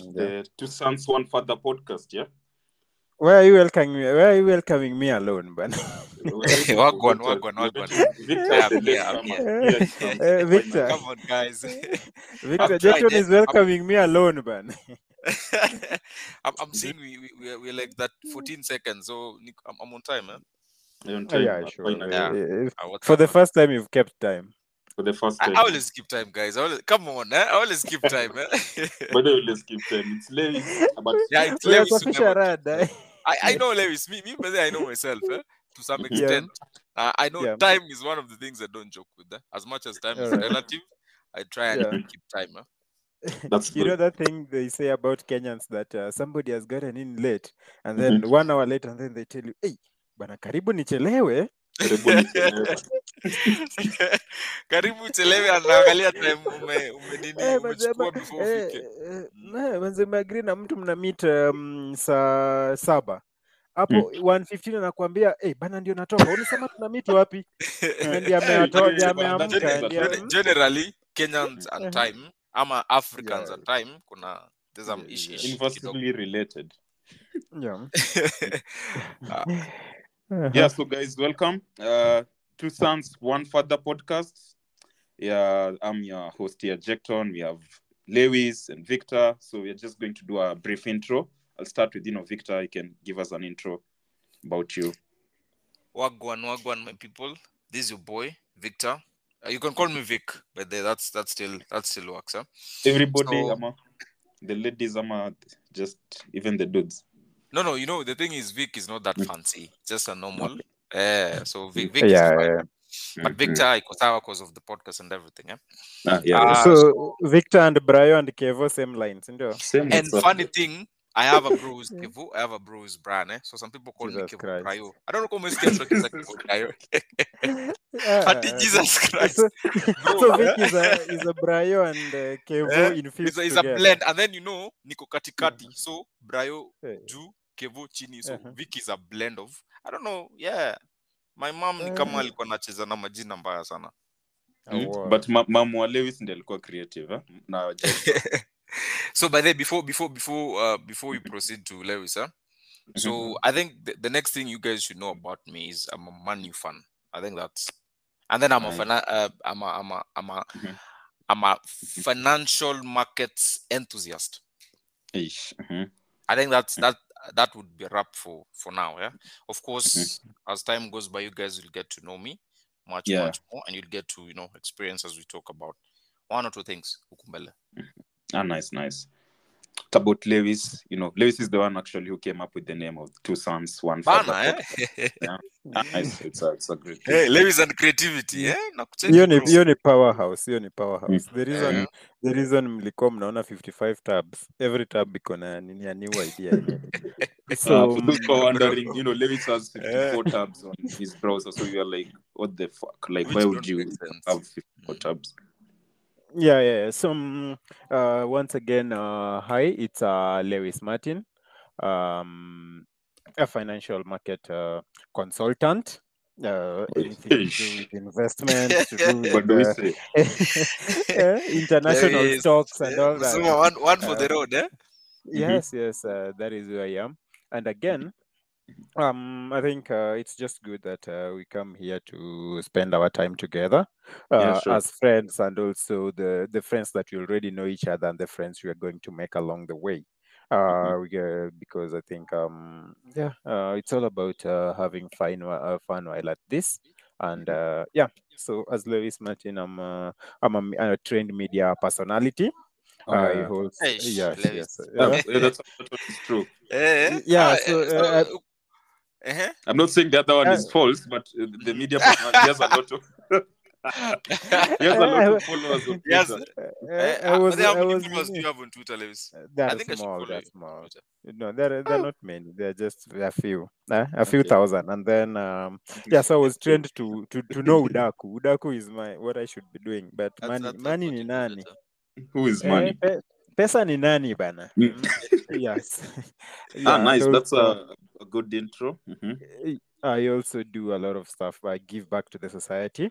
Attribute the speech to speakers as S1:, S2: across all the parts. S1: to Sans One Father podcast, yeah?
S2: Where are you welcoming me? Where are you welcoming me alone, but
S3: Wagwan, wagwan, wagwan. Yeah, I'm here, I'm here.
S1: Yes, um,
S2: Eh, Victor.
S3: Come on, guys.
S2: Victor
S3: I've tried
S2: Jetron
S3: it.
S2: is welcoming me alone, man.
S3: I'm, I'm seeing we, we, we're, we're like that 14 seconds, so Nick, I'm, I'm on time. Eh?
S1: on
S2: Oh,
S1: time,
S2: yeah,
S1: uh,
S2: sure.
S1: finally,
S3: Yeah.
S2: If-
S3: Ah, what's
S2: For the
S3: up?
S2: first time, you've kept time.
S1: For the first
S3: I,
S1: time.
S3: I always keep time, guys. I always, come on, eh? I always keep time. Eh?
S1: By the way, let's keep time. It's late, but
S3: yeah, it's
S2: Wewe
S3: Lewis who
S2: safisha
S3: never-
S2: rada, eh.
S3: I, I know Lewis. Me, me, personally, I know myself eh? to some
S1: Yeah.
S3: extent. Uh, I know
S2: Yeah.
S3: time is one of the things I don't joke with. Eh? As much as time is
S2: Alright.
S3: relative, I try and
S2: Yeah.
S3: keep time. Eh?
S1: that's
S2: You know
S1: good.
S2: that thing they say about Kenyans that uh, somebody has gotten in late and then
S3: Mm-hmm.
S2: one hour late and then they tell you, hey, bana karibu nichelewe.
S1: Karibu nichelewe.
S3: eh? karibu chelewe anaangalia time ume, ume nini
S2: Eh, manze,
S3: umechukua
S2: ma-
S3: before
S2: eh,
S3: ufike
S2: eh, na- manze umeagree na mtu mna meet um, saa saba hapo
S3: Mm.
S2: 1:15 anakuambia hey, bana ndio natoka ulisema tuna meet wapi ndio ameatoa ndio
S1: Hey, bana,
S2: ameamka
S1: that's-
S2: ndio
S1: that's-
S3: Gen-
S2: mm,
S3: generally kenyans and
S2: Mhm.
S3: time ama africans
S2: Yeah.
S3: and time kuna there's some
S2: Yeah,
S3: ish
S2: yeah.
S3: ish kidogo
S1: Inversely related.
S2: yeah.
S3: Ah,
S1: yeah
S2: Uh-huh.
S1: so guys welcome uh two sons one father podcast yeah i'm your host here jecton we have lewis and victor so we're just going to do a brief intro i'll start with you know victor you can give us an intro about you
S3: wagwan wagwan my people this is your boy victor Uh, you can call me vic but the, that's that's still that still works huh?
S1: everybody
S3: So-
S1: ama, the ladies ama just even the dudes
S3: no no you know the thing is vic is not that
S1: Mm.
S3: fancy just a normal eh so vic, vic is
S2: yeah,
S3: fine.
S2: yeah.
S3: but victor iko sawa because of the podcast and everything eh? yeah?
S1: Mhm. Mm-hmm. Ah, yeah, yeah.
S3: Uh,
S2: so victor and brayo and kevo same lines ndio
S1: Same uh,
S3: and
S1: as us.
S3: funny thing I have a bro who's Kevu, I have a bro who's Bran, eh? So some people call
S2: Jesus
S3: me Kevu
S2: Christ.
S3: Cryo. I don't know how much Kevu like Kevu Cryo.
S2: Ah,
S3: Auntie Jesus Christ.
S2: so,
S3: Bro,
S2: so vic is a, is a brayo and uh, kevo
S3: Eh,
S2: infused
S3: it's, a, it's a
S2: together.
S3: blend. And then you know, Niko Katikati. So Brayo,
S2: Eh,
S3: Ju, Kevu, Chini. So
S2: Uh-huh.
S3: Vic is a blend of I don't know, yeah. My mom ni kama
S2: Eh.
S3: alikuwa anacheza na majina mbaya sana.
S2: Ah,
S1: Mm.
S2: wow.
S1: but ma- mam wa lewis ndi alikuwa creative eh? na Jack-
S3: So by the way, before before before uh before we proceed to Lewis, huh?
S2: Mm-hmm.
S3: So I think the, the next thing you guys should know about me is I'm a Man U fan. I think that's, and then I'm a
S1: Nice.
S3: fina- uh, I'm a I'm a I'm a
S2: Mm-hmm.
S1: Mhm.
S3: I'm a financial markets enthusiast.
S1: Eish, mhm.
S3: I think that's that that would be a wrap for for now. Yeah. Of course, as time goes by, you guys will get to know me much
S1: Yeah.
S3: much more, and you'll get to you know experience as we talk about one or two things. huku mbele.
S1: Ah, nice, nice. What about Lewis? You know, Lewis is the one actually who came up with the name of Two Sons, One Father.
S3: Bana,
S1: Pod-
S3: eh?
S1: Ah, nice. It's a, it's a great
S3: Hey,
S1: name.
S3: Lewis and creativity. Eh? Nakucheki,
S2: hiyo ni
S3: bro.
S2: hiyo ni powerhouse hiyo ni powerhouse the reason
S3: Eh,
S2: the reason mlikuwa mnaona 55 tabs every tab iko na nini ya new idea yenyewe
S1: Uh,
S3: Ah,
S2: so
S1: for those who are
S3: bro.
S1: wondering, you know, Lewis has 54
S3: Eh.
S1: tabs on his browser, so you are like, what the fuck? Like,
S3: Which
S1: why would
S3: don't
S1: you
S3: make sense.
S1: have 54 tabs?
S2: yeah yeah so mm, uh, once again uh, hi it's uh, lewis martin um, a financial market uh, consultant uh, anything to do with investments to do
S1: What
S2: with
S1: do we
S2: uh,
S1: say?
S2: eh, international
S3: Lewis,
S2: stocks and
S3: eh,
S2: all that
S3: Musuma, one, one for the
S2: Um,
S3: road, eh?
S1: Mm-hmm.
S2: Yes, yes, uh, that is who I am. And again,
S1: Mm-hmm.
S2: um, I think uh, it's just good that uh, we come here to spend our time together
S1: Yeah,
S2: uh,
S1: sure.
S2: as friends, and also the the friends that we already know each other, and the friends we are going to make along the way.
S1: Mm-hmm.
S2: Uh, we, uh, because I think um, yeah, uh, it's all about uh, having fun, whi- uh, fun while at this. And
S1: Mm-hmm.
S2: uh, yeah, so as Lewis Martin, I'm uh, I'm a, me- a trained media personality.
S1: Oh,
S2: I
S1: yeah.
S2: hold
S3: Hey, sh-
S2: yes,
S3: Lewis.
S2: yes,
S1: Yeah,
S2: yeah.
S1: yeah, that's that one is true.
S3: Eh,
S2: Y- yeah,
S3: ah,
S2: so,
S3: eh, so,
S2: uh,
S3: eh,
S1: I'm not saying the other one
S2: Uh,
S1: is false, but uh, the media personality has a lot of he has a lot of followers on
S3: yes.
S1: Twitter.
S2: Eh,
S3: Eh,
S2: I was,
S3: how
S2: I
S3: many
S2: was,
S3: followers do
S2: nini-
S3: you have on Twitter, Lewis?
S2: that
S3: I
S2: is
S3: think I should
S2: small,
S3: follow you
S2: that's
S3: on
S2: small.
S3: Twitter.
S2: No, there, are- there are not many. There are just a few, eh, a few
S1: Okay.
S2: thousand, and then um, yeah. So I was trained to to to know udaku. Udaku is my what I should be doing, but
S3: That's,
S2: money,
S3: that's, that's
S2: money
S3: what
S2: ni
S3: you do
S2: nani?
S3: later.
S1: Who is
S2: Eh,
S1: money?
S2: pe, pesa ni nani bana?
S1: Mm.
S2: Mm? Yes,
S1: Ah,
S2: yeah. I
S1: nice. That's
S2: also,
S1: a, a good intro. Mhm.
S2: I also do a lot of stuff. I give back to the society.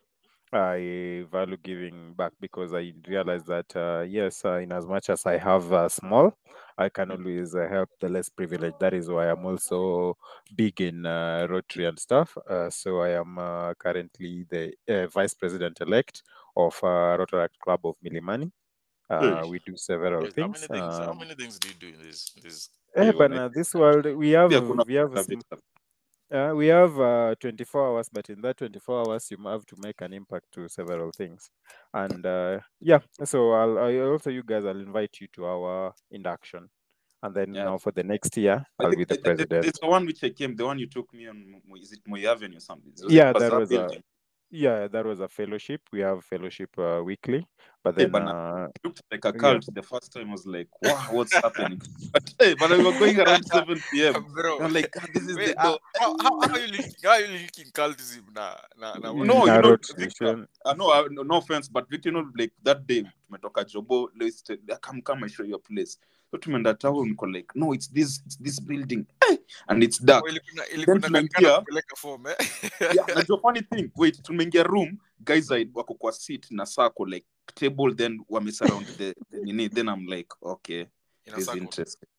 S2: I value giving back because I realize that uh, yes, uh, in as much as I have uh, small, I can always uh, help the less privileged. That is why I'm also big in uh, Rotary and stuff. Uh, so I am uh, currently the uh, vice president elect of uh, Rotaract Club of Milimani. Uh, we do several
S3: How many
S2: things.
S3: things? how
S2: um,
S3: many things do you do in this? This
S2: Eh,
S1: you
S2: but
S1: wanna-
S2: uh, this world we have
S1: Pia kuna-
S2: we have sm- uh, we have uh, 24 hours, but in that 24 hours, you have to make an impact to several things. And uh, yeah, so I'll, I also you guys, I'll invite you to our induction, and then
S1: Yeah.
S2: now for the next year,
S1: I
S2: I'll be
S1: think
S2: the
S1: th- th- th-
S2: president.
S1: It's the one which I came, the one you took me on. Mo- Is it Moy Avenue or something? Was uh, it
S2: Yeah, that
S1: Bazaar
S2: was a
S1: Building?
S2: yeah, that was a fellowship. We have fellowship uh, weekly, but
S1: Hey,
S2: then
S1: bana.
S2: uh,
S1: It looked like a
S2: Yeah.
S1: cult. The first time I was like, wow, what's happening? But hey, but we were going around 7 p.m.
S3: bro.
S1: I'm like, God, this is
S3: Wait,
S1: the
S3: uh,
S1: door.
S3: how, how, how are you linking? How are you linking cultism now? Nah, nah,
S1: No, you
S2: in our
S1: know,
S2: road
S1: Victor,
S2: station-
S1: Uh, no, uh, no no offense, but Victor, you know, like that day, tumetoka Jobo, Lewis, said, come, come, I show you a place. So tumeenda town, niko like, no, it's this, it's this building, Eh, and it's dark. tunaingia.
S3: kupeleka form eh?
S1: yeah, na the funny thing, wait, tumeingia room, guys I, wako kwa seat na sako like table, then wame surround the, the nini, then I'm like, okay,
S3: Ina
S1: this is
S3: circle.
S1: interesting.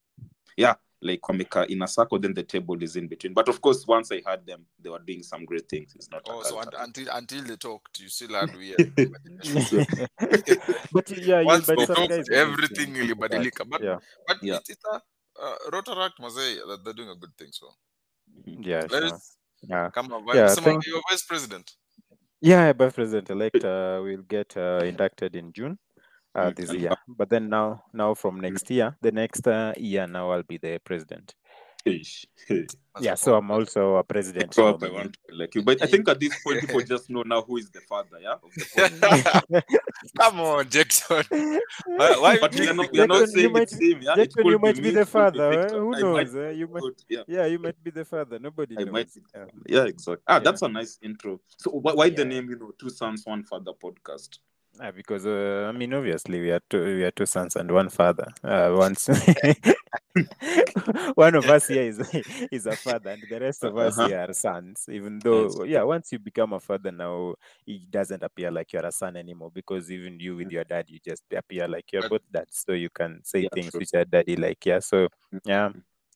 S1: Yeah, like wameka in a circle, then the table is in between. But of course, once I had them, they were doing some great things. It's not. a
S3: Oh, so
S1: cult.
S3: un- until until they talked, you still had weird. imagination.
S2: but yeah, you,
S3: Once
S2: but
S1: they
S3: they
S2: some
S3: talked,
S2: guys
S3: everything
S2: will
S3: ilibadilika. But
S2: Yeah,
S3: but
S1: Yeah.
S3: it, it's a uh, Rotaract Mazee, they're, they're doing a good thing. So
S2: yeah,
S3: Lewis,
S2: sure. yeah,
S3: come on,
S2: Yeah,
S3: someone,
S2: thank-
S3: you're vice president.
S2: yeah. But president elect uh, will get uh, inducted in June. uh,
S1: Mm,
S2: this
S1: and
S2: year. But then now, now from next year, the next uh, year, now I'll be the president.
S1: Ish.
S2: Yeah, so I'm also a president.
S1: Proper, I
S2: nominee.
S1: want to like you, but I think at this point people just know now who is the father, yeah. Of the podcast.
S3: Come on, Jackson. Why, why
S1: but we are not, we are
S2: Jackson,
S1: not
S2: you
S1: saying
S2: might-
S1: it's him, yeah. It
S2: Jackson,
S1: could
S2: you might
S1: be
S2: be,
S1: me,
S2: the
S1: it could be
S2: father. eh?
S1: Victor.
S2: Who
S1: I might,
S2: knows? eh? You might,
S1: could, yeah.
S2: yeah, you might be the father. Nobody
S1: I might
S2: knows.
S1: be
S2: Yeah.
S1: Yeah, exactly. Ah,
S2: Yeah.
S1: that's a nice intro. So why, why the
S2: Yeah.
S1: name, you know, Two Sons, One Father podcast?
S2: Uh, because uh, I mean, obviously, we are two, we are two sons and one father. Uh, once one of us here is is a father, and the rest of us
S1: Uh-huh.
S2: here are sons. Even
S1: Yes.
S2: though, yeah, once you become a father, now it doesn't appear like you're a son anymore because even you with your dad, you just appear like you're
S3: But-
S2: both dads. So you can say
S1: Mm. Yeah,
S2: things
S1: true.
S2: which are daddy like. Yeah, so
S1: Mm.
S2: yeah.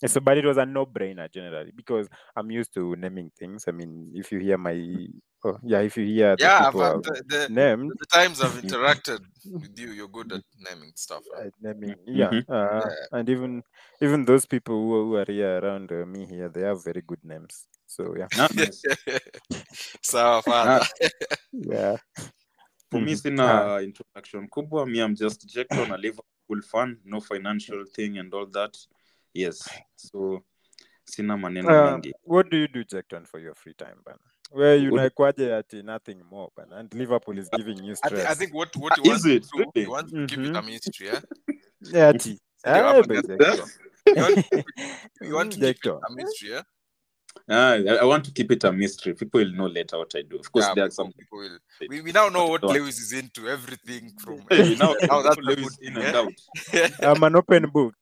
S2: So, but it was a no-brainer generally because I'm used to naming things. I mean, if you hear my, oh, yeah, if you hear the
S3: Yeah, I've,
S2: people
S3: I've,
S2: I've
S3: the, the,
S2: named,
S3: the times I've interacted with you, you're good at naming stuff. Right?
S2: I, I mean, yeah,
S1: Mhm.
S2: uh,
S3: Yeah.
S2: and even even those people who, are- who are here around uh, me here, they have very good names. So yeah,
S1: Ah, nice.
S3: Sawa father.
S2: Uh,
S1: Ah,
S2: yeah.
S1: for me,
S2: Mhm.
S1: sina introduction kubwa. Me, I'm just Jackson, a Liverpool fan, no financial thing and all that. Yes. So, sina maneno
S2: Uh,
S1: mingi.
S2: what do you do, Jackton, for your free time, bana? Where you
S1: What-
S2: know, at nothing more, bana. And Liverpool is giving you
S3: I, th- I
S2: stress.
S3: think what, what
S1: Ah,
S3: you want
S1: is
S3: to
S1: it?
S3: do,
S1: Really?
S3: you want to give it
S2: Mhm.
S3: a ministry. Yeah?
S2: Yeah, ati.
S3: Ndio,
S2: Ah,
S3: hapa
S2: by
S3: sasa.
S1: Yeah.
S2: Jackton.
S3: You want, you want to
S2: Mm,
S3: give it
S2: Jackton.
S3: a ministry. Yeah?
S1: Ah, I, I want to keep it a mystery. People will know later what I do. Of course,
S3: Yeah,
S1: there are
S3: people,
S1: some.
S3: people will. Ah, We, we now know what Lewis is into, everything from.
S1: Hey, we now
S3: Now oh, that's a good
S1: Lewis in
S3: thing.
S1: and
S3: Yeah?
S1: out.
S2: I'm an open book.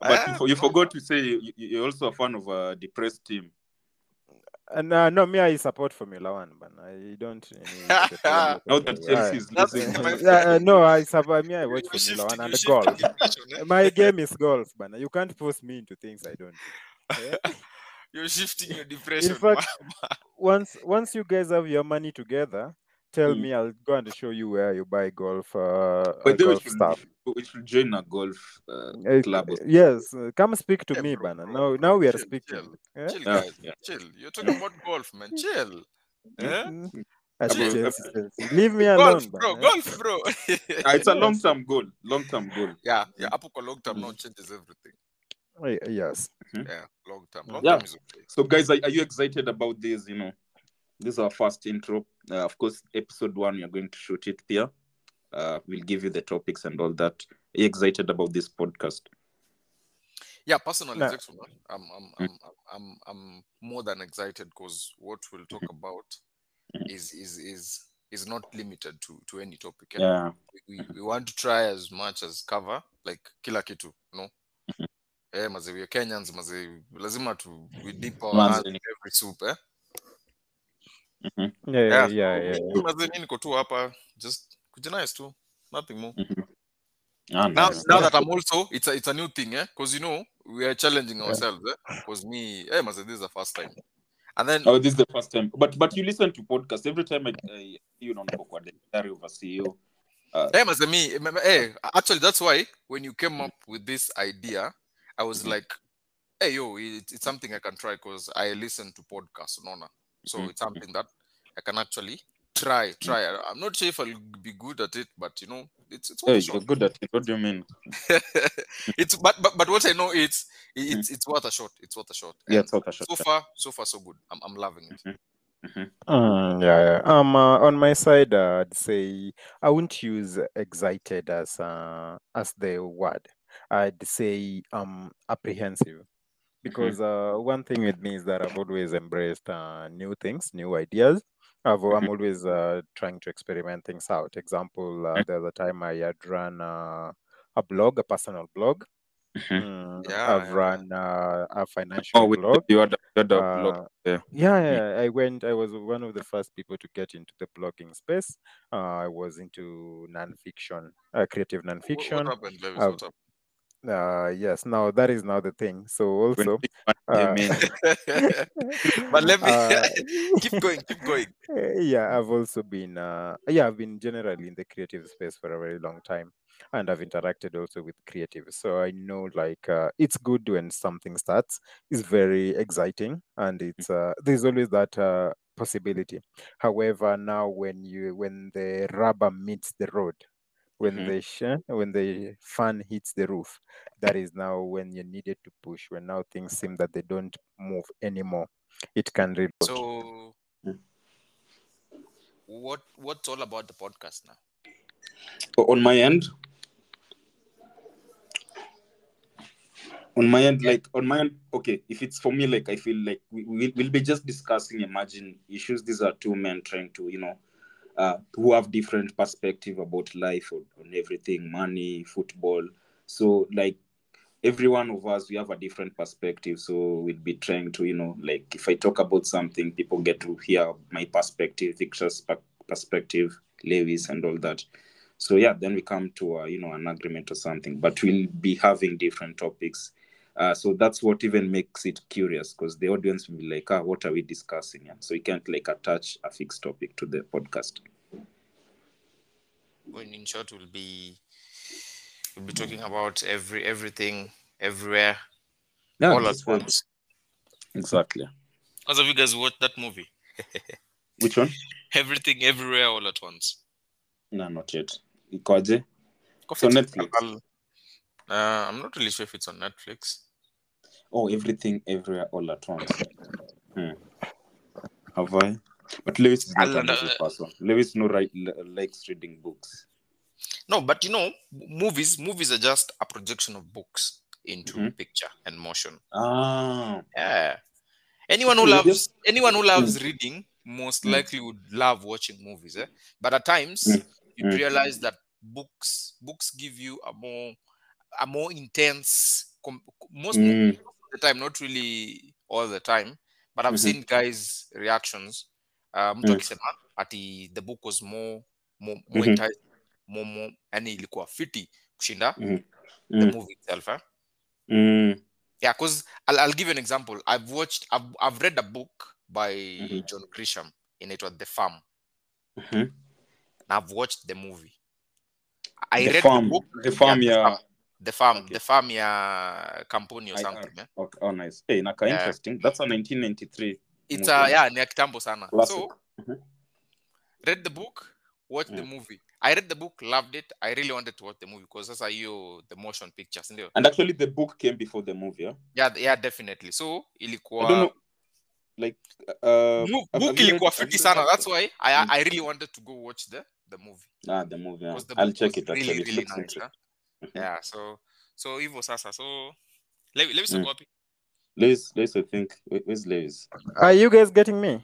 S1: But you,
S3: Ah,
S1: for, you forgot to say you, you- you're also a fan of a depressed team.
S2: And uh, no, me, I support Formula One, but I don't. Any,
S3: Now
S1: Now that Chelsea is
S3: That's
S1: losing
S3: my
S1: money.
S2: yeah, uh, no, I support me. I
S3: you
S2: watch
S3: you
S2: Formula One
S3: shifted, you
S2: and
S3: shifted
S2: golf.
S3: the question. Eh?
S2: My game is golf, man. You can't force me into things I don't do. eh?
S3: You're shifting your depression.
S2: fact, Once, once you guys have your money together, tell
S1: Mm.
S2: me. I'll go and show you where you buy golf, uh, uh,
S1: But then we
S2: golf
S1: should, we
S2: stuff.
S1: should we should join a golf uh,
S2: Eh,
S1: club. Or something.
S2: yes, uh, come speak to
S3: Hey,
S2: me,
S3: bro,
S2: bana.
S3: bro,
S2: Now,
S3: bro,
S2: now we are
S3: chill,
S2: speaking.
S3: chill,
S2: eh?
S3: chill,
S1: Yeah,
S3: guys,
S1: yeah.
S3: chill. You're talking about golf, man. Chill.
S2: Mm,
S3: Eh?
S2: Mm-mm. Ati
S3: Chill.
S1: Abo-
S2: Chelsea, Chelsea. Leave me
S3: Golf,
S2: alone,
S3: bro,
S2: bana.
S3: golf, bro.
S1: Ah, it's a
S2: Yes.
S1: long term goal. Long term goal.
S3: yeah, yeah.
S1: Mm.
S3: Apple for long term now
S1: Mm.
S3: changes everything.
S2: Y- Eh, Yes.
S3: Yeah, long term.
S2: Mm.
S3: Long
S1: Yeah.
S3: term is okay.
S1: So, guys, are, are you excited about this? You know, this is our first intro. Uh, of course, episode one, we are going to shoot it here. Uh, we'll give you the topics and all that. Are you excited about this podcast?
S3: Yeah, personally,
S2: Nah.
S3: Jackson, I'm,
S2: Mm.
S3: I'm, I'm, I'm, I'm, I'm more than excited because what we'll talk
S2: Mm-hmm.
S3: about
S2: Mm.
S3: is is is is not limited to to any topic. Yeah?
S1: Yeah.
S3: We, we want to try as much as cover like kila kitu, no?
S2: Mm-hmm.
S3: Eh, maze, we are
S2: Mm.
S3: Kenyans, maze, lazima tu we dip our hand
S1: Manze,
S3: in every soup, eh?
S1: Mhm.
S2: yeah, yeah,
S3: Yeah,
S2: yeah, yeah.
S3: so, as in, niko tu hapa just kujinice tu nothing more
S1: Ah,
S3: now,
S1: nice.
S3: now that I'm also, it's a, it's a new thing, eh? Because you know we are challenging ourselves, eh? Because me, eh, must this is the first time, and then
S1: Oh, this is the first time. But but you listen to podcasts every time I, I you know niko kwa daktari oversee you. E
S3: eh, must me, eh, me- eh, actually that's why when you came up with this idea, I was
S1: Mhm.
S3: like, hey yo, it, it's something I can try because I listen to podcasts, Nona, so
S1: Mhm.
S3: it's something that I can actually try, try. I- I'm not sure if I'll be good at it, but you know, it's it's worth
S1: Hey,
S3: a shot.
S1: you're good at it. What do you mean?
S3: it's but, but but what I know it's it's it's worth a shot. It's worth a shot.
S1: Mm-hmm. Yeah,
S3: And
S1: it's not a shot.
S3: so far, so far, so good. I'm, I'm loving it.
S2: Mm, yeah, yeah. Um, uh, on my side, uh, I'd say I wouldn't use excited as uh, as the word. I'd say um apprehensive because uh, one thing with me is that I've always embraced uh, new things, new ideas. I've, I'm
S1: Mhm.
S2: always uh, trying to experiment things out. Example, uh, the other time I had run uh, a blog, a personal blog.
S1: Mhm.
S2: Mm,
S3: Yeah,
S2: I've
S3: yeah.
S2: run uh, a financial
S1: Oh, we
S2: blog.
S1: you had a, you had a blog.
S2: Uh,
S1: Yeah.
S2: yeah, yeah, yeah, I went. I was one of the first people to get into the blogging space. Uh, I was into nonfiction, uh, creative
S3: What, what
S2: nonfiction.
S3: happened, Lewis?
S2: Uh,
S3: What
S2: uh, yes, now that is now the thing. So
S1: When
S2: also,
S1: you
S2: uh,
S1: mean
S3: happened? but let me
S2: uh,
S3: keep going, keep going.
S2: Eh, yeah, I've also been, uh, yeah, I've been generally in the creative space for a very long time, and I've interacted also with creatives. So I know, like, uh, it's good when something starts. It's very exciting, and it's uh, there's always that uh, possibility. However, now when you when the rubber meets the road, when
S1: Mhm.
S2: the sh- when the fan hits the roof, that is now when you needed to push. When now things seem that they don't move anymore, it can reload.
S3: So
S1: Mm.
S3: what what's all about the podcast now?
S1: on my end, on my end, like on my end, okay. If it's for me, like I feel like we will we'll be just discussing emerging issues. These are two men trying to, you know, uh, who have different perspective about life on, on everything, money, football. So like every one of us, we have a different perspective. So we'd be trying to, you know, like if I talk about something, people get to hear my perspective, Victor's per- perspective, Lewis, and all that. So yeah, then we come to uh, you know an agreement or something. But we'll be having different topics. Uh, so that's what even makes it curious because the audience will be like, ah, what are we discussing? Yeah. So we can't like attach a fixed topic to the podcast.
S3: When in short we'll be we'll be talking about every everything, everywhere,
S1: Yeah,
S3: all at
S1: just for
S3: once.
S1: exactly.
S3: As of you guys watched that movie?
S1: Which one?
S3: Everything everywhere all at once.
S1: No, not yet. Ikoje?
S3: Go
S1: So
S3: fix it.
S1: Netflix.
S3: I'll- Uh, I'm not really sure if it's on Netflix.
S1: Oh, everything, everywhere, all at once. Hmm. Have I? But Lewis is not
S3: I'll,
S1: a movie
S3: uh,
S1: person. Lewis no right li- likes reading books.
S3: No, but you know, m- movies movies are just a projection of books into
S1: Mhm.
S3: picture and motion.
S1: Ah,
S3: Yeah. Anyone who
S1: people we
S3: loves
S1: just
S3: anyone who loves
S1: Mm,
S3: reading most
S1: mm,
S3: likely would love watching movies. Eh? But at times
S1: mm,
S3: you'd
S1: mm.
S3: realize that books books give you a more a more intense com- most mo-
S1: Mm,
S3: the time, not really all the time, but I've
S1: mhm,
S3: seen guys' reactions. Uh, mtu
S1: mm,
S3: akisema ati the book was more more, more
S1: mhm,
S3: enticing, more, more yani ilikuwa fiti kushinda
S1: mm,
S3: the
S1: mm,
S3: movie itself. Eh?
S1: mm,
S3: Yeah, because I'll, I'll give you an example. I've watched, I've, I've read a book by
S1: mhm,
S3: John Grisham in it was The Farm,
S1: mhm.
S3: and I've watched the movie. I
S1: The
S3: read the
S1: farm,
S3: book,
S1: the
S3: yeah,
S1: farm,
S3: The Farm,
S1: yeah.
S3: The Farm,
S1: Okay,
S3: The Farm ya kampuni or
S1: I,
S3: something.
S1: I-
S3: Eh?
S1: okay, oh, nice. Hey, Naka,
S3: Yeah.
S1: interesting. That's a 1993
S3: It's
S1: movie,
S3: a,
S1: eh?
S3: yeah, ni ya kitambo sana.
S1: classic.
S3: So, read the book, watch the
S1: Mm.
S3: movie. I read the book, loved it. I really wanted to watch the movie because that's how you the motion pictures. Ndio.
S1: And actually, the book came before the movie. Yeah?
S3: Yeah, yeah, definitely. So
S1: I don't
S3: ilikuwa
S1: know, like, uh,
S3: mo-
S1: have, have
S3: book
S1: you read?
S3: ilikuwa
S1: Have
S3: fiti
S1: you read
S3: sana.
S1: that?
S3: That's why I
S1: Mm.
S3: I really wanted to go watch the the movie
S1: Ah, the movie. Yeah.
S3: because the
S1: I'll
S3: book
S1: check
S3: was
S1: it.
S3: really
S1: Actually, it
S3: really
S1: looks
S3: nice. Huh?
S1: interesting. Mhm.
S3: Yeah. So so hivyo sasa. So let me
S1: Mm.
S3: go up.
S1: Lewis, Lewis, I think. Where- Where's Lewis?
S2: Are you guys getting me?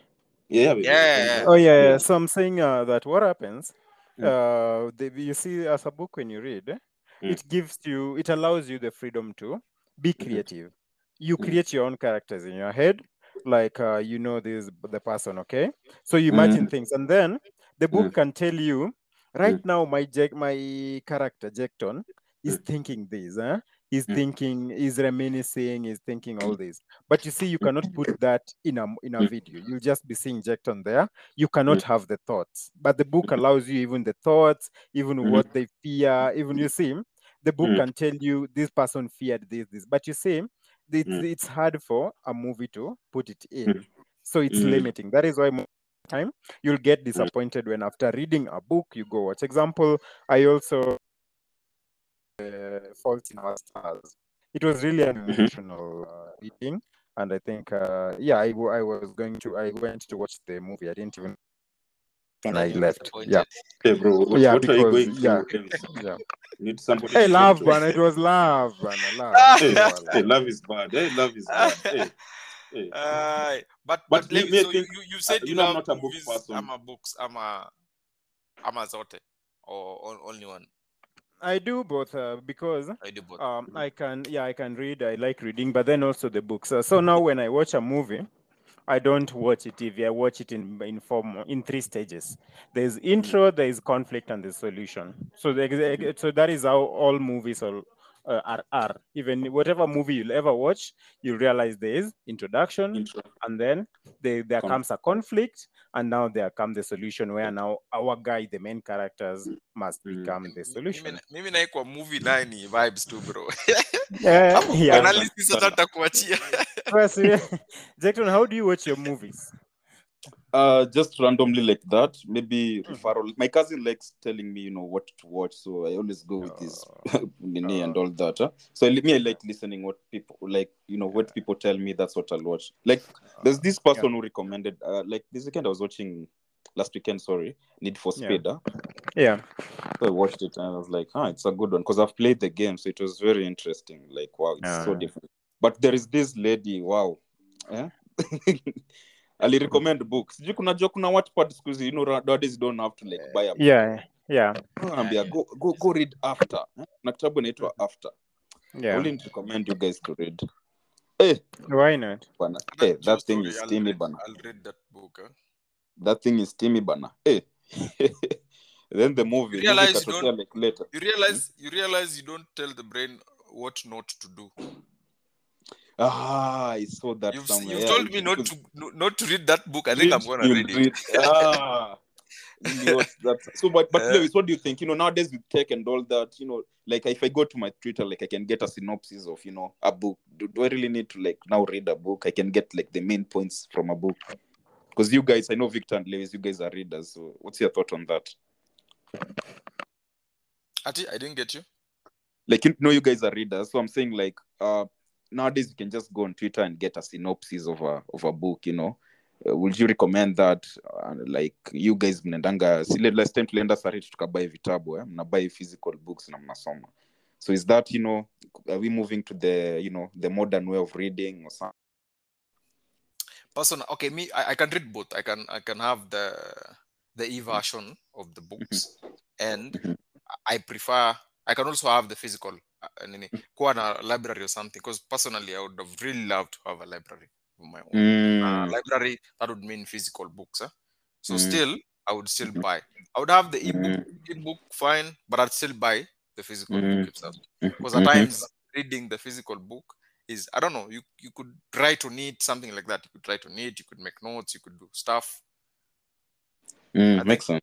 S1: Yeah, we, we,
S3: Yeah.
S1: we,
S3: yeah.
S1: we,
S2: Oh yeah, yeah.
S1: yeah.
S2: So I'm saying uh, that what happens,
S1: Mm.
S2: uh, the, you see, as a book when you read, eh,
S1: Mm.
S2: it gives you, it allows you the freedom to be
S1: Mhm.
S2: creative. You
S1: Mm.
S2: create your own characters in your head, like uh, you know this the person okay so you imagine things and then the book can tell you right now my Jack, my character Jackton is thinking this huh? he's thinking he's reminiscing he's thinking all this but you see you cannot put that in a in a video you'll just be seeing Jackton there you cannot have the thoughts but the book allows you even the thoughts even what they fear even you see the book can tell you this person feared this this but you see it's, it's hard for a movie to put it in so it's limiting that is why mo- time you'll get disappointed when after reading a book you go watch example i also uh, fault in our stars it was really an emotional uh, reading and i think uh, yeah I, w- I was going to i went to watch the movie i didn't even and i left yeah
S1: Hey, bro, what,
S2: Yeah,
S1: what are you
S2: because-
S1: going
S2: yeah.
S1: through?
S2: yeah
S1: Need somebody
S2: hey
S1: to
S2: love
S1: talk to.
S2: man it was love man love,
S1: Hey,
S2: love.
S1: hey, love is bad. Hey, love is bad. Hey, hey.
S3: Uh, but
S1: But
S3: but
S1: me-
S3: Levi,
S1: me, I
S3: so you,
S1: think-
S3: you, you said
S1: uh,
S3: you
S1: you know, I'm
S3: love
S1: not a book
S3: movies.
S1: person.
S3: I'm a books. I'm a I'm a zote or on- only one.
S2: i do both uh, because
S3: I do both.
S2: um
S1: Mhm.
S2: i can yeah i can read i like reading but then also the books uh, so now when i watch a movie i don't watch it tv i watch it in in form in three stages there's intro there's conflict and there's solution so the, ex- so that is how all movies are uh, are, are even whatever movie you'll ever watch you realize there is introduction
S1: Intro.
S2: and then they, there
S1: Con-
S2: comes a conflict and now there comes the solution where now our guy the main characters must
S1: Mm.
S2: become the solution
S3: Mimi mimi naikwa movie naye ni vibes tu bro.
S2: yeah,
S3: Hapo
S2: yeah.
S3: analysis hata nitakuachia.
S2: Trust me. Jackson, how do you watch your movies?
S1: Uh, just randomly like that. Maybe
S2: Hmm.
S1: referral. My cousin likes telling me, you know, what to watch, so I always go with this nini
S2: Ah.
S1: and all that. huh? So I li- me, I like listening what people like. You know, what people tell me. That's what I'll watch. Like,
S2: Ah,
S1: there's this person who recommended. Uh, like this weekend, I was watching. Last weekend, sorry, Need for
S2: Yeah.
S1: Speed. huh?
S2: Yeah.
S1: So I watched it and I was like, ah, it's a good one because I've played the game, so it was very interesting. Like, wow, it's so
S2: Ah.
S1: different. But there is this lady, wow. Eh? alirecommend books sijui kunajua kuna watpad skuhizi you know ra- nowadays you don't have to like buy a book.
S2: Yeah. Yeah.
S1: Naambia, go, go, go read after Eh? na kitabu inaitwa after
S2: Yeah.
S1: only recommend you guys to read hey,
S2: Why not?
S1: bana. Hey, that thing is
S3: I'll
S1: steamy
S3: read-
S1: bana
S3: I'll read that book. Huh?
S1: that thing is steamy bana hey. then the movie
S3: You realize
S1: movie ikatokea
S3: you don't-
S1: like later
S3: You realize you realize you don't tell the brain what not to do.
S1: ah i saw that
S3: You've,
S1: somewhere
S3: you've
S1: Yeah,
S3: told
S1: it-
S3: me
S1: it
S3: not
S1: was-
S3: to no- not to read that book. I think I'm gonna
S1: you
S3: read it.
S1: read. Ah, really was that. So, but but
S3: Uh,
S1: Lewis, what do you think? You know, nowadays with tech and all that, you know, like if I go to my Twitter, like I can get a synopsis of you know a book. Do, do I really need to like now read a book? I can get like the main points from a book. Because you guys, I know Victor and Lewis, you guys are readers. So, what's your thought on that?
S3: Ati, I didn't get you.
S1: Like, you know, you guys are readers, so I'm saying like, uh, nowadays you can just go on Twitter and get a synopsis of a of a book. You know. Uh, would you recommend that uh, like you guys mnaendanga si le- last time tulienda sarit tukabuy vitabu eh? mnabuy physical books na mnasoma so is that you know are we moving to the you know the modern way of reading or something
S3: person okay me I, I can read both i can i can have the the
S1: Mm-hmm.
S3: e-version of the books and
S1: Mhm.
S3: i prefer i can also have the physical uh, nini,
S1: Mm.
S3: kuwa na library or something because personally i would have really loved to have a library of my own
S1: Hmm.
S3: uh, library that would mean physical books huh? so
S1: Mm.
S3: still i would still
S1: Mhm.
S3: buy i would have the ebook
S1: Mm.
S3: ebook fine but i'd still buy the physical
S1: Mm.
S3: book itself because at
S1: Mhm.
S3: times reading the physical book is I don't know you you could try to need something like that you could try to need you could make notes you could do stuff
S1: Mm,
S3: I think-
S1: makes sense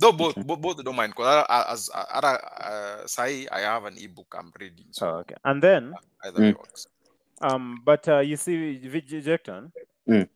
S3: though both both, both don't mind because as I, uh, sai I have an ebook I'm reading so
S1: Ah.
S2: Oh, okay. And then,
S3: either way
S1: Mm.
S3: works
S2: um, but uh, you see, Vijay Jackson,
S1: Mm.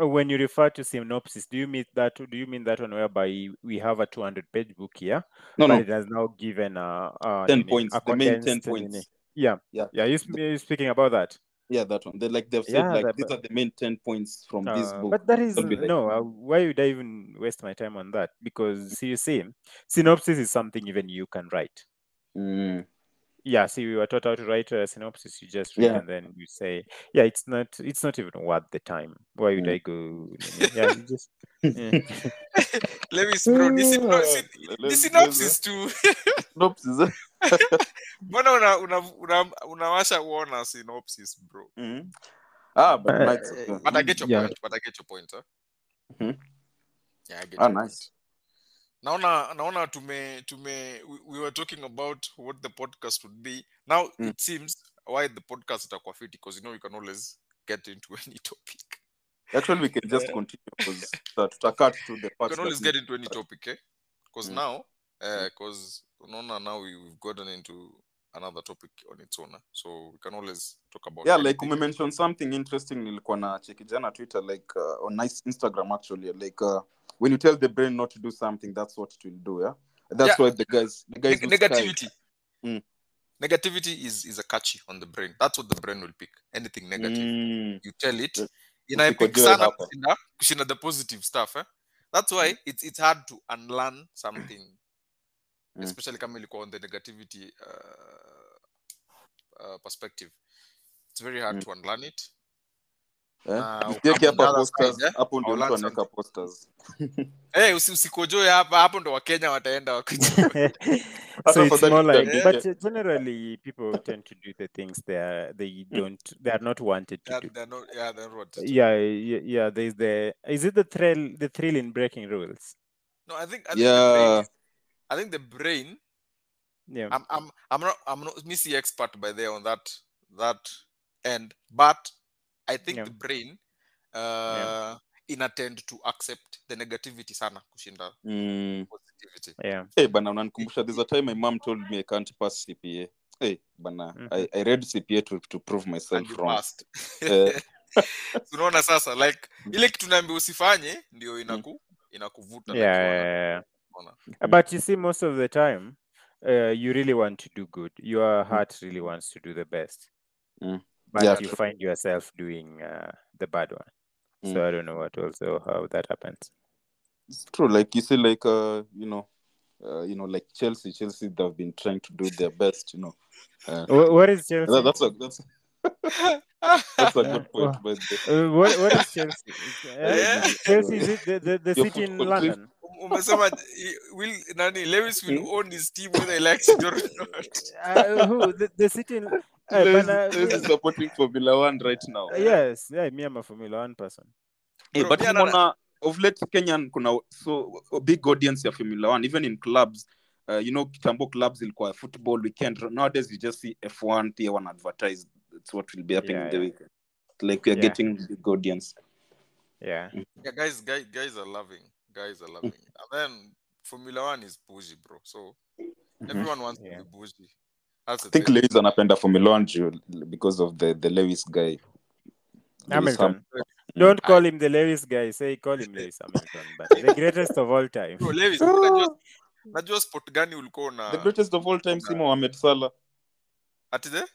S2: uh, when you refer to synopsis, do you mean that? Do you mean that one whereby we have a 200-page book here,
S1: no
S2: but
S1: no
S2: it has now given a, a,
S1: 10
S2: nini,
S1: points
S2: a
S1: the main 10
S2: condensed nini?
S1: points
S2: Yeah.
S1: Yeah.
S2: Yeah. You, sp- you speaking about that?
S1: yeah that one they like they've said
S2: Yeah.
S1: like
S2: that-
S1: these are the main 10 points from this
S2: Uh,
S1: book
S2: but that is
S1: Don't be like-
S2: no. Uh, why would I even waste my time on that? Because see, you see, synopsis is something even you can write.
S1: Mm.
S2: Yeah, see, we were taught how to write a synopsis. You just read
S1: Yeah.
S2: and then you say, yeah, it's not, it's not even worth the time. Why would
S1: Mm.
S2: I go? nini? Yeah, you just. eh.
S3: let me bro this is no, syn- the
S1: Hmm. Let's-
S3: synopsis too
S1: synopsis eh?
S3: mbona una una una unawasha uona synopsis bro
S1: Mhm. Ah, but
S2: Uh,
S1: mine's okay.
S3: But I get your
S2: Yeah.
S3: point. But I get your point. Huh?
S1: Mhm.
S3: Yeah, I get
S1: Ah,
S3: your
S1: nice.
S3: point. Naona, naona tume, tume, we, we were talking about what the podcast would be. Now
S1: Mm.
S3: it seems why the podcast itakuwa fit because you know you can always get into any topic.
S1: Actually, we can just continue because tutakaa tu to the
S3: You
S1: part
S3: can always
S1: that
S3: get into any topic, eh? Because
S1: Mm.
S3: now, because unaona now we, we've gotten into another topic on its own, eh? so we can always talk about.
S1: yeah like
S3: anything.
S1: umemention something interesting nilikuwa na cheki jana twitter like uh, on nice instagram actually like uh, when you tell the brain not to do something that's what it will do yeah that's
S3: Yeah.
S1: why the guys the guys
S3: Neg-
S1: with Sky-
S3: negativity.
S1: Mm.
S3: Negativity is is a catchy on the brain. That's what the brain will pick. Anything negative,
S1: Mm,
S3: you tell it.
S1: Yes.
S3: Inaepick
S1: Usikojue
S3: sana
S1: hapa.
S3: kushinda, kushinda the positive stuff. Eh? That's why it's it's hard to unlearn something,
S1: Mm.
S3: especially kama ilikuwa on the negativity uh, uh, perspective. It's very hard
S1: Mm.
S3: to unlearn it.
S1: eh?
S3: na
S1: Usiweke
S3: ukapanda
S1: hapa
S3: other
S1: posters,
S3: side, eh?
S1: hapo ndio
S3: I'll
S1: mtu
S3: learn
S1: anaweka posters
S3: Hey, usi, usikojoe hapa, hapo ndo Wakenya wataenda wakujoe.
S2: so
S1: After
S2: it's
S1: that,
S2: more
S1: you
S2: like,
S1: can
S2: but
S1: get
S2: uh, generally people tend to do the things they are, they don't they are not wanted to
S3: Yeah,
S2: do.
S3: they're not- yeah, they're not.
S2: Yeah, yeah, yeah. There's the is it the thrill the thrill in breaking rules?
S3: No, I think I think the brain,
S1: yeah
S3: is- I think the brain
S2: Yeah,
S3: I'm I'm I'm not I'm not missy expert by there on that that end, but I think
S2: Yeah.
S3: the brain uh inattend to accept the negativity sana kushinda
S1: mm.
S3: positivity.
S2: yeah.
S1: hey bana unanikumbusha there's a time my mom told me i can't pass cpa hey bana
S2: Mhm.
S1: I, i read cpa to, to prove
S3: Mm-hmm. And
S1: myself
S3: you
S1: wrong
S3: passed.
S1: Eh.
S3: Unaona sasa like ile kitu naambi usifanye ndio inaku inakuvuta like
S2: Yeah,
S3: you wanna-
S2: yeah,
S3: wanna-
S2: Uh, But you see, most of the time, uh, you really want to do good. Your heart really wants to do the best,
S1: Mm.
S2: but
S1: Yeah,
S2: you
S1: true.
S2: find yourself doing uh, the bad one.
S1: Mm.
S2: So I don't know what also how that happens.
S1: It's true. Like you see, like uh, you know, uh, you know, like Chelsea, Chelsea, they've been trying to do their best. You know, uh,
S2: Wh- what is Chelsea?
S1: that, that's a that's that's a good point. But the,
S2: Uh, what, what is Chelsea? Is- uh,
S3: Yeah.
S2: Chelsea is it the, the, the
S1: Your
S2: city in
S1: football team.
S2: London?
S3: Um, Umesema i- will nani Lewis will
S2: Hmm?
S3: own his team whether he likes it or not.
S2: Uh, who the, the city? In, uh,
S1: Lewis,
S2: but, uh,
S1: Lewis is supporting Formula One right now.
S2: uh, yes, yeah, me, I'm a Formula One person. Eh,
S1: Hey,
S3: Bro,
S1: but
S3: yeah, no, no.
S1: mbona of late Kenyan kuna so a big audience ya Formula One even in clubs. Uh, you know kitambo clubs ilikuwa football weekend nowadays you just see F1 tier one advertised that's what will be happening
S2: Yeah,
S1: the
S2: yeah.
S1: weekend like we are
S2: Yeah.
S1: getting big audience
S2: Yeah,
S3: Yeah, guys, guys, guys are loving. Guys are loving.
S1: Mm.
S3: it. And then Formula One is bougie, bro. So everyone wants
S2: Yeah.
S3: to be bougie. That's the
S1: I Mm-hmm. think
S3: thing.
S1: Lewis anapenda Formula One juu because of the, the Lewis guy. Lewis Ham-
S2: Hamilton. Don't call him the Lewis guy. Say call him Lewis Hamilton, but the greatest of all time.
S3: Bro, Lewis,
S1: Ah,
S3: unajua- najua sport gani ulikuwa
S1: the
S3: na
S1: greatest of all time si Mohamed Salah.
S3: ati
S1: Mm.
S3: the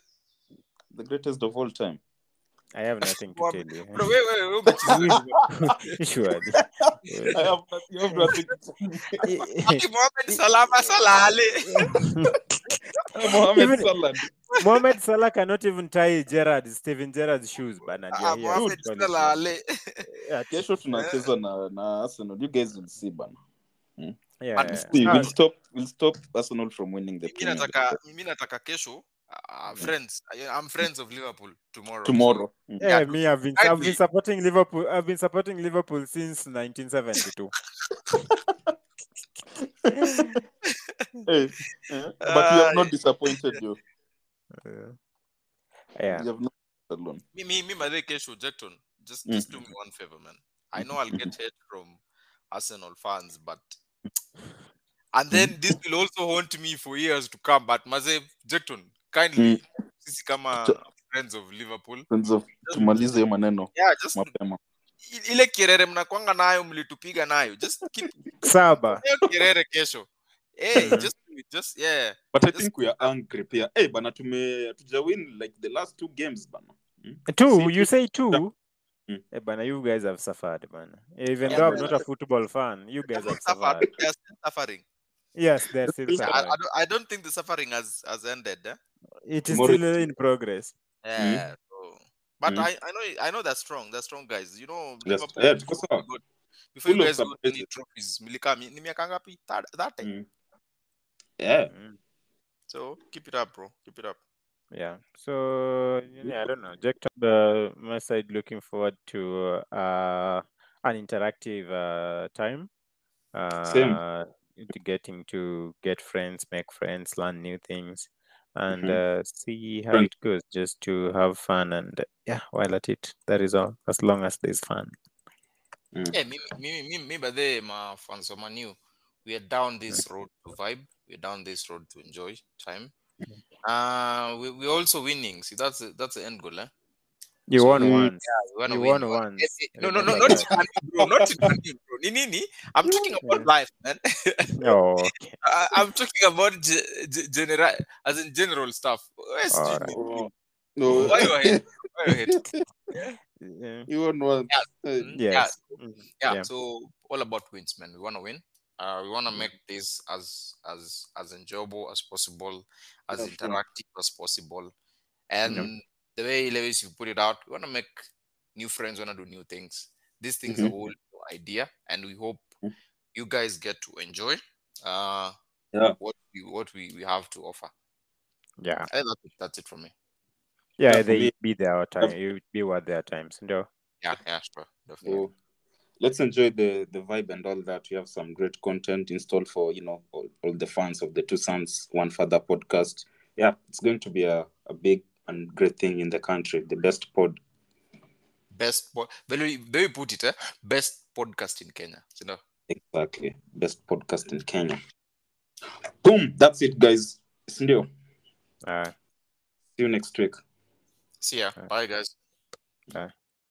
S1: The greatest of all time.
S2: I have nothing to
S3: Wa-
S2: tell you.
S3: bro wewe wewe umecheza
S2: Surely.
S1: I have nothing- I have nothing.
S3: Aki Mohamed Salama Salale.
S1: Mohamed
S2: Even-
S1: Salah.
S2: Mohamed Salah cannot even tie Gerard, Steven Gerard's shoes, but
S3: Ah, Mohamed Salale.
S1: Kesho tunacheza na, na Arsenal. You guys will see bana.
S2: Yeah.
S1: See,
S2: Ah,
S1: we'll stop we'll stop Arsenal from winning the
S3: Mimi
S1: Premier
S3: nataka mimi nataka kesho ah, friends I'm friends of Liverpool tomorrow.
S1: League Mm. tomorrow. Mm.
S2: yeah, me, I've been, I've
S3: Exactly.
S2: been supporting Liverpool. I've been supporting Liverpool since 1972.
S1: Hey, eh, but we have
S3: Ah.
S1: not disappointed you.
S2: yeah.
S1: We have not alone.
S3: me me me my kesho Jackton just
S1: Mm.
S3: just do me one favor man I know I'll get hate from Arsenal fans but and then this will also haunt me for years to come but Maze Jackton kindly
S1: Mm-hmm.
S3: sisi kama friends of Liverpool
S1: Friends of tumalize hiyo maneno
S3: yeah just
S1: mapema.
S3: i- ile kirere mnakwanga nayo mlitupiga nayo just keep
S2: Saba.
S3: hiyo kirere kesho hey just just yeah
S1: but i
S3: Just-
S1: think we are angry pia hey, bana tume tuja win like the last two games bana
S2: Two,
S1: See,
S2: you say two.
S1: Mm.
S2: Eh, bana, you guys have suffered, man. Even
S3: Hmm. Yeah,
S2: though I'm
S3: man.
S2: not a football fan, you guys have
S3: Suffer-
S2: suffered.
S3: they are still suffering
S2: Yes, they're still
S3: I, I,
S2: suffering.
S3: don't, I don't think the suffering has has ended eh?
S2: It is
S1: Tomorrow-
S2: still in progress.
S3: Yeah. So, but
S1: Mm.
S3: I, I know I know they're strong. They're strong guys. You know
S1: Yes.
S3: Liverpool.
S1: Yeah,
S3: before
S1: tuko
S3: we
S1: sawa.
S3: got- Before you
S1: Full of
S3: guys got any
S1: surprises.
S3: trophies, Milika mi- ni miaka ngapi?
S1: Hmm.
S3: That, that
S1: Mm. yeah
S2: Mm.
S3: So keep it up, bro. Keep it up.
S2: yeah so yeah, i don't know jack uh, my side looking forward to uh an interactive uh time uh
S1: Same.
S2: to getting to get friends make friends learn new things and uh, see how
S1: Friend-
S2: it goes just to have fun and yeah while at it that is all as long as there's fun
S3: Yeah, mimi, mimi, mimi, me by the mafans of Manu, we are down this road to vibe. We're down this road to enjoy time. Uh, we, we're also winning. See, that's the- that's the end goal, eh?
S2: you
S3: So-
S2: won
S1: Mm.
S2: once
S3: We Ah, wanna
S2: You
S3: win,
S2: won
S3: we wanna-
S2: once.
S3: Eh, eh, No, no, no,
S2: Remember
S3: not in Manu, bro. Not in Manu, bro. Ni, ni, ni. I'm talking about life, man.
S2: oh okay
S3: I, I'm talking about ge- ge- general, as in general stuff. Where's
S2: All
S3: Jimmy?
S1: Oh.
S3: Why you
S1: No,
S3: are hate? Why you hate?
S2: yeah.
S1: you won one. Eh,
S3: Mm, yeah,
S2: yes Mm.
S3: yeah,
S2: Yeah.
S3: so all about wins man we want to win uh, we want to make this as as as enjoyable as possible as
S1: Of course.
S3: interactive as possible and the way Lewis you put it out we want to make new friends want to do new things these things are
S1: Mhm.
S3: all new idea and we hope
S1: Mhm.
S3: you guys get to enjoy uh
S1: Yeah.
S3: what we what we, we have to offer
S2: yeah
S3: I think that's it, that's it for me
S2: yeah,
S1: Yeah, for
S2: they
S1: me-
S2: be their time. It would be what their times. No,
S3: yeah yeah sure definitely
S1: So let's enjoy the the vibe and all that. We have some great content installed for you know all, all the fans of the Two Sons One Father podcast. Yeah, it's going to be a, a big and great thing in the country. The best pod.
S3: best po- very very put it eh? best podcast in Kenya you know
S1: Exactly. Best podcast in Kenya. Boom. That's it, guys. Sindio.
S2: uh,
S1: See you next week.
S3: see ya bye guys